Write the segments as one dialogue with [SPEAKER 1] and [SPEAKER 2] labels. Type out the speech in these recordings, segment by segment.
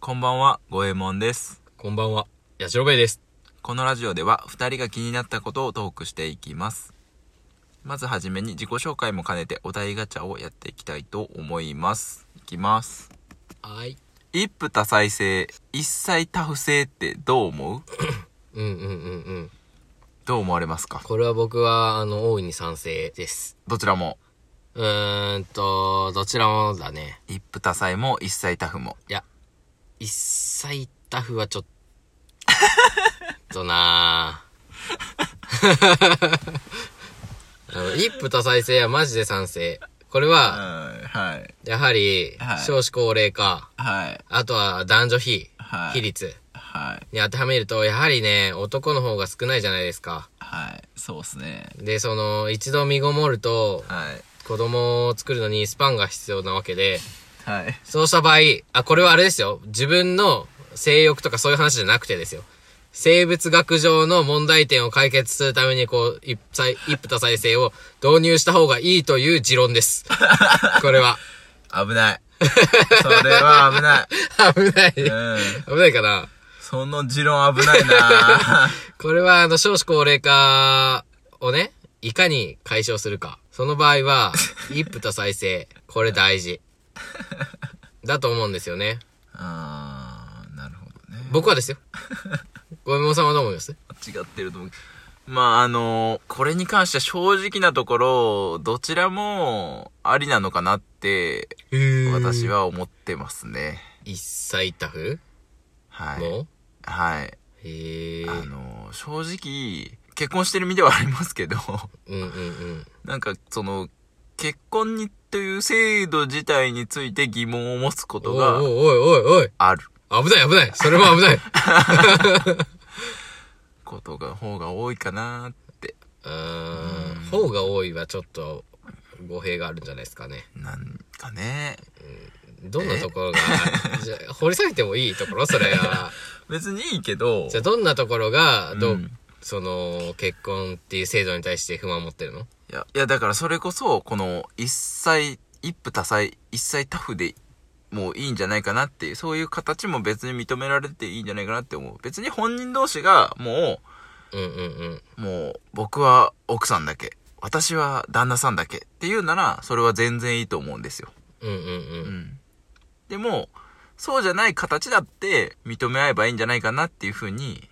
[SPEAKER 1] こんばんは、ごえもんです。
[SPEAKER 2] こんばんは、やしろべえです。
[SPEAKER 1] このラジオでは、二人が気になったことをトークしていきます。まずはじめに自己紹介も兼ねてお題ガチャをやっていきたいと思います。いきます。
[SPEAKER 2] はい。
[SPEAKER 1] 一夫多妻制、一妻多夫制ってどう思う
[SPEAKER 2] うんうんうんうん。
[SPEAKER 1] どう思われますか
[SPEAKER 2] これは僕は、あの、大いに賛成です。
[SPEAKER 1] どちらも、
[SPEAKER 2] うーんと、どちらもだね。
[SPEAKER 1] 一夫多妻も一妻多夫も。
[SPEAKER 2] いや、一切タフはちょっ となぁ。あの、一夫多妻制はマジで賛成。これ
[SPEAKER 1] うん、
[SPEAKER 2] は、
[SPEAKER 1] はい、
[SPEAKER 2] やはり
[SPEAKER 1] はい、
[SPEAKER 2] 少子高齢化、
[SPEAKER 1] はい、
[SPEAKER 2] あとは男女比、
[SPEAKER 1] はい
[SPEAKER 2] 比率
[SPEAKER 1] はい、
[SPEAKER 2] に当てはめると、やはりね、男の方が少ないじゃないですか。
[SPEAKER 1] はい、そうっすね。
[SPEAKER 2] で、その、一度身ごもると、
[SPEAKER 1] はい、
[SPEAKER 2] 子供を作るのにスパンが必要なわけで、
[SPEAKER 1] はい。
[SPEAKER 2] そうした場合、あ、これはあれですよ。自分の性欲とかそういう話じゃなくてですよ。生物学上の問題点を解決するために、こう、一夫一夫多妻制を導入した方がいいという持論です。これは。
[SPEAKER 1] 危ない。 それは危ない。
[SPEAKER 2] 危ない。
[SPEAKER 1] うん。
[SPEAKER 2] 危ないかな。
[SPEAKER 1] その持論危ないな
[SPEAKER 2] これは、あの、少子高齢化をね、いかに解消するか。その場 合は、一夫多妻制。これ大事。だと思うんですよね。
[SPEAKER 1] あー、なるほどね。
[SPEAKER 2] 僕はですよ。ごめんさんはどう思います
[SPEAKER 1] 違ってると思う。まあ、あの、これに関しては正直なところ、どちらもありなのかなって、私。は思ってますね。
[SPEAKER 2] 一切タフ
[SPEAKER 1] はい。
[SPEAKER 2] の、
[SPEAKER 1] はい。
[SPEAKER 2] へえ。
[SPEAKER 1] あの、正直、結婚してる身ではありますけど、
[SPEAKER 2] うんうんうん。
[SPEAKER 1] なんか、その、結婚にという制度自体について疑問を持つこと
[SPEAKER 2] おい
[SPEAKER 1] が
[SPEAKER 2] おいおいおい
[SPEAKER 1] ある
[SPEAKER 2] おい。危ない危ない。それも 危ない。
[SPEAKER 1] ことが、方が多いかなって。
[SPEAKER 2] うーん。方が多いはちょっと、語弊があるんじゃないですかね。
[SPEAKER 1] なんかね。
[SPEAKER 2] どんなとこ ろが、じゃあ掘り下げてもいいところそれは。
[SPEAKER 1] 別にいいけど
[SPEAKER 2] じゃ、あどんなところが、どう、
[SPEAKER 1] うん
[SPEAKER 2] その、結婚っていう制度に対して不満を持ってるの
[SPEAKER 1] いや、いやだからそれこそ、この、一切、一夫多妻、一切タフでもういいんじゃないかなっていう、そういう形も別に認められていいんじゃないかなって思う。別に本人同士が、も
[SPEAKER 2] うんうんうん。
[SPEAKER 1] う、もう、僕は奥さんだけ、私は旦那さんだけっていうなら、それは全然いいと思うんですよ。
[SPEAKER 2] うんうんう。
[SPEAKER 1] うんん。でも、そうじゃない形だって認め合えばいいんじゃないかなっていうふうに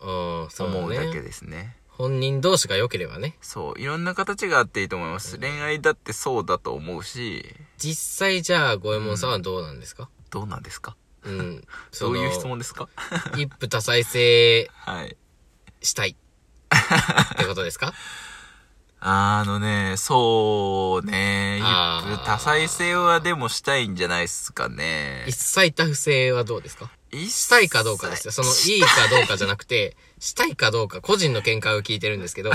[SPEAKER 2] ああ、そう
[SPEAKER 1] 思うだけ
[SPEAKER 2] ね。
[SPEAKER 1] ですね
[SPEAKER 2] 本人同士が良ければね。
[SPEAKER 1] そう、いろんな形があっていいと思います。恋愛だってそうだと思うし、
[SPEAKER 2] 実際じゃあ、五右衛門さんはどうなんです か
[SPEAKER 1] どうなんですか
[SPEAKER 2] うん。
[SPEAKER 1] ど
[SPEAKER 2] そうの
[SPEAKER 1] いう質問ですか
[SPEAKER 2] 一夫多妻制
[SPEAKER 1] はい。
[SPEAKER 2] したい。ってことです か
[SPEAKER 1] あのね、そうね、
[SPEAKER 2] あー
[SPEAKER 1] 一夫多妻制はでもしたいんじゃないっすかね
[SPEAKER 2] 一。切多夫制はどうですか
[SPEAKER 1] 一
[SPEAKER 2] した
[SPEAKER 1] 切
[SPEAKER 2] いかどうかですよ。その、
[SPEAKER 1] し
[SPEAKER 2] いいかどうかじゃなくて、したいかどうか、個人の見解を聞いてるんで すけど、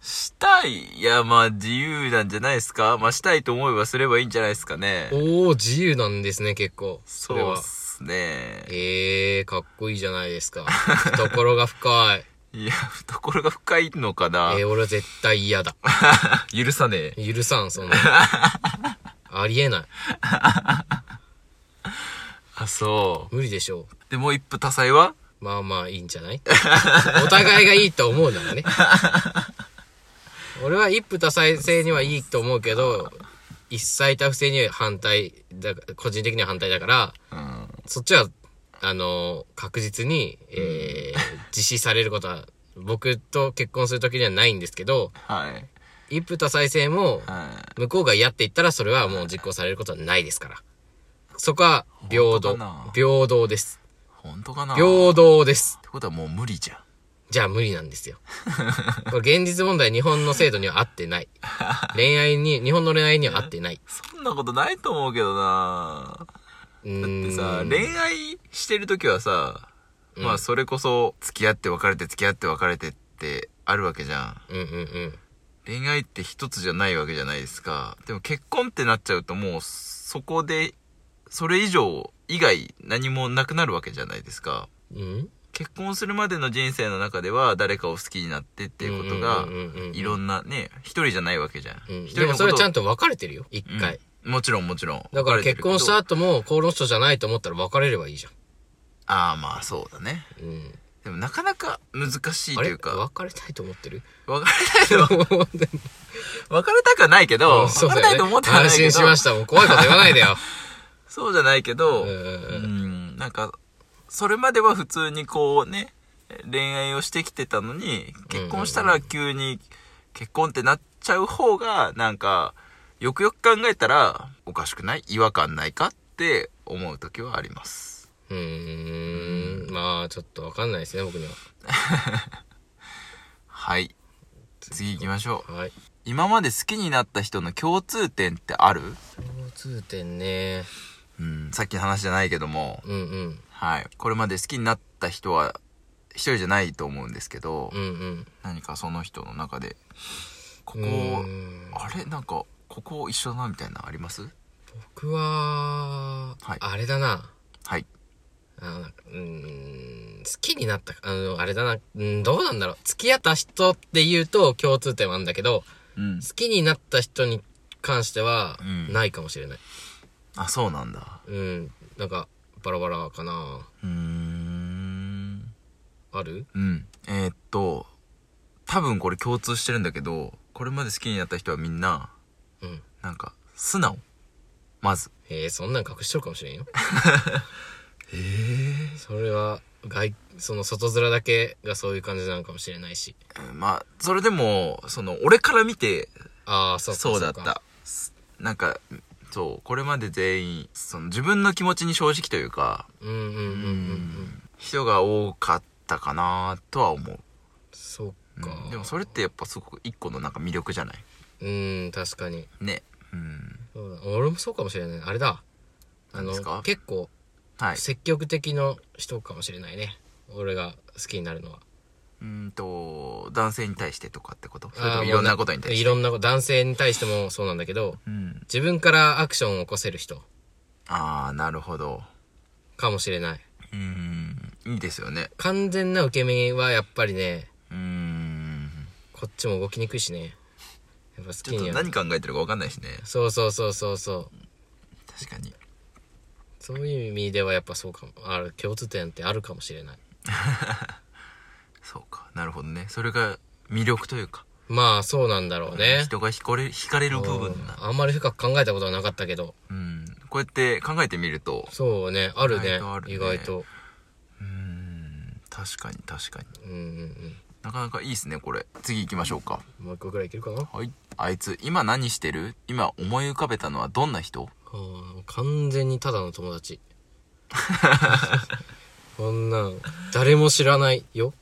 [SPEAKER 1] したい。いや、まあ自由なんじゃないですかまあしたいと思えばすればいいんじゃないですかね。
[SPEAKER 2] おー、自由なんですね、結構。それ
[SPEAKER 1] そうっ
[SPEAKER 2] は。
[SPEAKER 1] すね。
[SPEAKER 2] えー、かっこいいじゃないですか。懐が深い。
[SPEAKER 1] いや、懐が深いのかな
[SPEAKER 2] え、ー、俺は絶対嫌だ。
[SPEAKER 1] 許さねえ。
[SPEAKER 2] 許さん、そんな。ありえない。
[SPEAKER 1] あ、そう。
[SPEAKER 2] 無理でしょう。
[SPEAKER 1] でも一夫多妻は
[SPEAKER 2] まあまあいいんじゃないお互いがいいと思うならね。俺は一夫多妻制にはいいと思うけど、一妻多夫制には反対だ、個人的には反対だから、
[SPEAKER 1] うん。
[SPEAKER 2] そっちは、あの、確実に、えー、実施されることは、僕と結婚するときにはないんですけど、
[SPEAKER 1] はい。
[SPEAKER 2] 一夫多妻制も、
[SPEAKER 1] はい。
[SPEAKER 2] 向こうが嫌って言ったらそれはもう実行されることはないですから。そこは、平
[SPEAKER 1] 本当
[SPEAKER 2] 等
[SPEAKER 1] かな。
[SPEAKER 2] 平等です。
[SPEAKER 1] 本当かなっ
[SPEAKER 2] 平等です。
[SPEAKER 1] てことはもう無理じゃん。
[SPEAKER 2] じゃあ無理なんですよ。これ現実問題日本の制度には合ってない。 恋愛に、日本の恋愛には合ってない。
[SPEAKER 1] そんなことないと思うけどな
[SPEAKER 2] うー
[SPEAKER 1] だってさ、
[SPEAKER 2] ん。
[SPEAKER 1] 恋愛してる時はさ、まあそれこそ付き合って別れて付き合って別れてってあるわけじゃん。
[SPEAKER 2] うんうんうん。
[SPEAKER 1] 恋愛って一つじゃないわけじゃないですか。でも結婚ってなっちゃうともうそこで、それ以上以外何もなくなるわけじゃないですか。
[SPEAKER 2] うん
[SPEAKER 1] 結婚するまでの人生の中では誰かを好きになってっていうことが
[SPEAKER 2] うんうんうんうんうん
[SPEAKER 1] いろんなね一人じゃないわけじゃん
[SPEAKER 2] うん
[SPEAKER 1] 一人
[SPEAKER 2] で
[SPEAKER 1] の
[SPEAKER 2] も
[SPEAKER 1] こと
[SPEAKER 2] それはちゃん
[SPEAKER 1] と
[SPEAKER 2] と分かれてるよ。一回。
[SPEAKER 1] もちろんもちろん。
[SPEAKER 2] だから
[SPEAKER 1] 別れて
[SPEAKER 2] 結
[SPEAKER 1] るけど
[SPEAKER 2] 婚した後も、この人じゃないと思ったら別れればいいじゃん。
[SPEAKER 1] ああ、まあそうだね。
[SPEAKER 2] うん。
[SPEAKER 1] でもなかなか難しい
[SPEAKER 2] あ
[SPEAKER 1] と
[SPEAKER 2] れ
[SPEAKER 1] いうか、
[SPEAKER 2] 別れたいと思っ てる
[SPEAKER 1] 別れたいと、別れたくはないけど、別
[SPEAKER 2] そうだ
[SPEAKER 1] れ
[SPEAKER 2] よ
[SPEAKER 1] たいと思ってはない
[SPEAKER 2] 安
[SPEAKER 1] けど、
[SPEAKER 2] 心しました。もう怖いこと言わないでよ。
[SPEAKER 1] そうじゃないけど、う
[SPEAKER 2] う
[SPEAKER 1] ん
[SPEAKER 2] うんうん
[SPEAKER 1] ん、なんか、それまでは普通にこうね、恋愛をしてきてたのに、結婚したら急に結婚ってなっちゃう方が、なんか、よくよく考えたら、おかしくない違和感ないかって思う時はあります。
[SPEAKER 2] うーん。まあ、ちょっとわかんないですね、僕には。
[SPEAKER 1] はい。次行きましょう。
[SPEAKER 2] はい。
[SPEAKER 1] 今まで好きになった人の共通点ってある
[SPEAKER 2] 共通点ね。
[SPEAKER 1] うん、さっきの話じゃないけども、
[SPEAKER 2] うんうん。
[SPEAKER 1] はい。これまで好きになった人は、一人じゃないと思うんですけど、
[SPEAKER 2] うんうん。
[SPEAKER 1] 何かその人の中でここ
[SPEAKER 2] うーん
[SPEAKER 1] あれなんかここ一緒だなみたいなのあります
[SPEAKER 2] 僕は、
[SPEAKER 1] はい
[SPEAKER 2] あれだな。
[SPEAKER 1] はい
[SPEAKER 2] あなんかうーん、好きになった、あの、あれだな。うん、どうなんだろう。付き合った人って言うと共通点はあるんだけど、
[SPEAKER 1] うん
[SPEAKER 2] 好きになった人に関しては
[SPEAKER 1] う、ん
[SPEAKER 2] ないかもしれない。
[SPEAKER 1] あそうなんだ
[SPEAKER 2] うん。なんか、バラバラかな。
[SPEAKER 1] うーん
[SPEAKER 2] ある
[SPEAKER 1] うんえーっと多分これ共通してるんだけどこれまで好きになった人はみんな
[SPEAKER 2] うん。
[SPEAKER 1] なんか素直まず
[SPEAKER 2] えー、そんなん隠しとるかもしれんよ。
[SPEAKER 1] へえ
[SPEAKER 2] それは、外、その外面だけがそういう感じなのかもしれないし。
[SPEAKER 1] まあそれでもその俺から見て
[SPEAKER 2] ああ、そうか
[SPEAKER 1] そうだっ
[SPEAKER 2] か
[SPEAKER 1] たすなんかそうこれまで全員その自分の気持ちに正直というか
[SPEAKER 2] うんうんうんうんうん。
[SPEAKER 1] 人が多かったかなとは思う、
[SPEAKER 2] そっか、
[SPEAKER 1] でもそれってやっぱすごく一個のなんか魅力じゃない
[SPEAKER 2] うん確かに
[SPEAKER 1] ねうん
[SPEAKER 2] そうだ俺もそうかもしれないあれだあ
[SPEAKER 1] 何
[SPEAKER 2] の
[SPEAKER 1] ですか
[SPEAKER 2] 結構
[SPEAKER 1] はい
[SPEAKER 2] 積極的の人かもしれないね俺が好きになるのは
[SPEAKER 1] うーんと男性に対してとかってことそれと
[SPEAKER 2] あ
[SPEAKER 1] も
[SPEAKER 2] ー
[SPEAKER 1] いろんなことに対し
[SPEAKER 2] い
[SPEAKER 1] て
[SPEAKER 2] ろんなこと男性に対してもそうなんだけど
[SPEAKER 1] うん
[SPEAKER 2] 自分からアクションを起こせる人
[SPEAKER 1] ああなるほど
[SPEAKER 2] かもしれないう
[SPEAKER 1] ーんいいですよね
[SPEAKER 2] 完全な受け身はやっぱりね
[SPEAKER 1] うーん
[SPEAKER 2] こっちも動きにくいしねやっぱ好
[SPEAKER 1] ちょ
[SPEAKER 2] き
[SPEAKER 1] っ
[SPEAKER 2] に
[SPEAKER 1] と
[SPEAKER 2] は
[SPEAKER 1] 何考えてるか分かんないしね
[SPEAKER 2] そうそうそうそうそう
[SPEAKER 1] 確かに
[SPEAKER 2] そういう意味ではやっぱそうかもある共通点ってあるかもしれない
[SPEAKER 1] そうかなるほどねそれが魅力というか
[SPEAKER 2] まあそうなんだろうね
[SPEAKER 1] 人が惹かれ惹かれる部分だ
[SPEAKER 2] あんまり深く考えたことはなかったけど
[SPEAKER 1] うんこうやって考えてみると
[SPEAKER 2] そうねあるね
[SPEAKER 1] 意外とあるね
[SPEAKER 2] 意外と
[SPEAKER 1] うーん確かに確かに
[SPEAKER 2] うんうん
[SPEAKER 1] なかなかいいですねこれ次行きましょうか
[SPEAKER 2] うんもう一個ぐらいいけるかなあ
[SPEAKER 1] はいあいつ今何してる今思い浮かべたのはどんな人
[SPEAKER 2] ー完全にただの 友達こんなん誰も知らないよ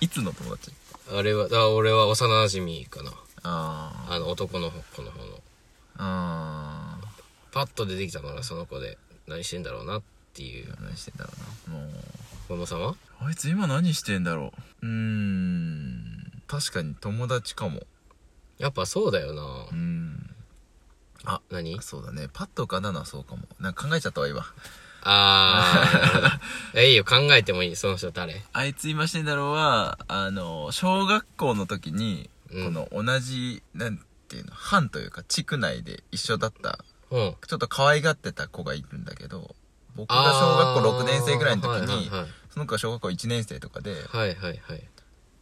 [SPEAKER 1] いつの友達
[SPEAKER 2] あれはあ俺は幼馴染かな
[SPEAKER 1] あ
[SPEAKER 2] あの男の子の方の
[SPEAKER 1] あ
[SPEAKER 2] パッと出てきたのがその子で何してんだろうなっていう
[SPEAKER 1] 何してんだろうなもう
[SPEAKER 2] 小野さんは
[SPEAKER 1] あいつ今何してんだろううーん確かに友達かも
[SPEAKER 2] やっぱそうだよな
[SPEAKER 1] うーん
[SPEAKER 2] 何
[SPEAKER 1] そうだねパッと浮かんだのはそうかもなんか考えちゃったわ今
[SPEAKER 2] あーなるほ どえいいよ考えてもいいその人誰
[SPEAKER 1] あいつ今してんだろうはあの小学校の時に、
[SPEAKER 2] うん
[SPEAKER 1] この同じなんていうの班というか地区内で一緒だった
[SPEAKER 2] うん
[SPEAKER 1] ちょっと可愛がってた子がいるんだけど僕が小学校6年生ぐらいの時に、
[SPEAKER 2] あーはい
[SPEAKER 1] その子が小学校1年生とかで
[SPEAKER 2] はいはいはいはい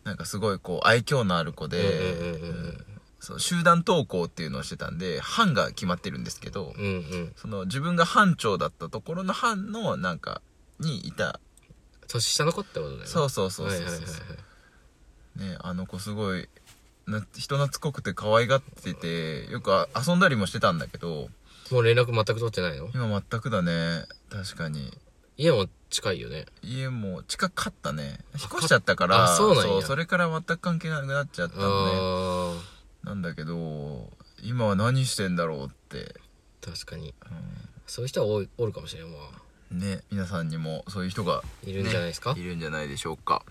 [SPEAKER 1] なんかすごいこう愛嬌のある子で、
[SPEAKER 2] うんうんうんうん
[SPEAKER 1] うんそう集団登校っていうのをしてたんで班が決まってるんですけど、
[SPEAKER 2] うんうん。
[SPEAKER 1] その自分が班長だったところの班のなんかにいた
[SPEAKER 2] 年下の子ってことだよね。
[SPEAKER 1] そうそうそう
[SPEAKER 2] は
[SPEAKER 1] そ
[SPEAKER 2] いうはい
[SPEAKER 1] そう、
[SPEAKER 2] はいはい。
[SPEAKER 1] ねあの子すごいな人懐っこくて可愛がっててよくあ遊んだりもしてたんだけど
[SPEAKER 2] もう連絡全く取ってないの
[SPEAKER 1] 今全くだね確かに
[SPEAKER 2] 家も近いよね。
[SPEAKER 1] 家も近かったね引っ越しちゃったから
[SPEAKER 2] あそうなんや
[SPEAKER 1] それから全く関係なくなっちゃったのね
[SPEAKER 2] あ
[SPEAKER 1] なんだけど今は何してんだろうって、
[SPEAKER 2] あ、確かに。そういう人は多いおるかもしれんわ。
[SPEAKER 1] うんね皆さんにもそういう人が
[SPEAKER 2] いるんじゃないですか
[SPEAKER 1] ねいるんじゃないでしょうか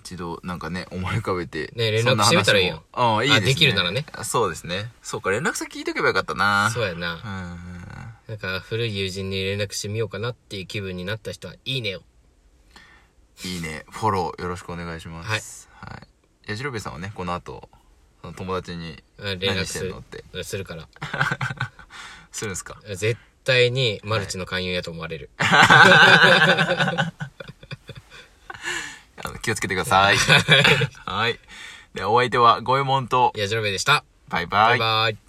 [SPEAKER 1] 一度なんかね思い浮かべて
[SPEAKER 2] ね連絡
[SPEAKER 1] そな話
[SPEAKER 2] してみたらいいやん
[SPEAKER 1] もああいいですね
[SPEAKER 2] あできるならね
[SPEAKER 1] あそうですねそうか連絡先聞いとけばよかったな
[SPEAKER 2] そう
[SPEAKER 1] う
[SPEAKER 2] やな。
[SPEAKER 1] んうん
[SPEAKER 2] なんか古い友人に連絡してみようかなっていう気分になった人は、いいねを。
[SPEAKER 1] いいねフォローよろしくお願いしますはい、やじろべえさんはねこの後その友達に
[SPEAKER 2] うん連絡
[SPEAKER 1] 何し
[SPEAKER 2] す
[SPEAKER 1] てん
[SPEAKER 2] る
[SPEAKER 1] のって。
[SPEAKER 2] するから。
[SPEAKER 1] するんですか
[SPEAKER 2] 絶対にマルチの勧誘やと思われる。
[SPEAKER 1] あの気をつけてくださ い。はい。で、お相手は、ごえもんと、
[SPEAKER 2] やじろべえでした。
[SPEAKER 1] バイ
[SPEAKER 2] バ
[SPEAKER 1] バ
[SPEAKER 2] イ
[SPEAKER 1] イ。
[SPEAKER 2] バイ。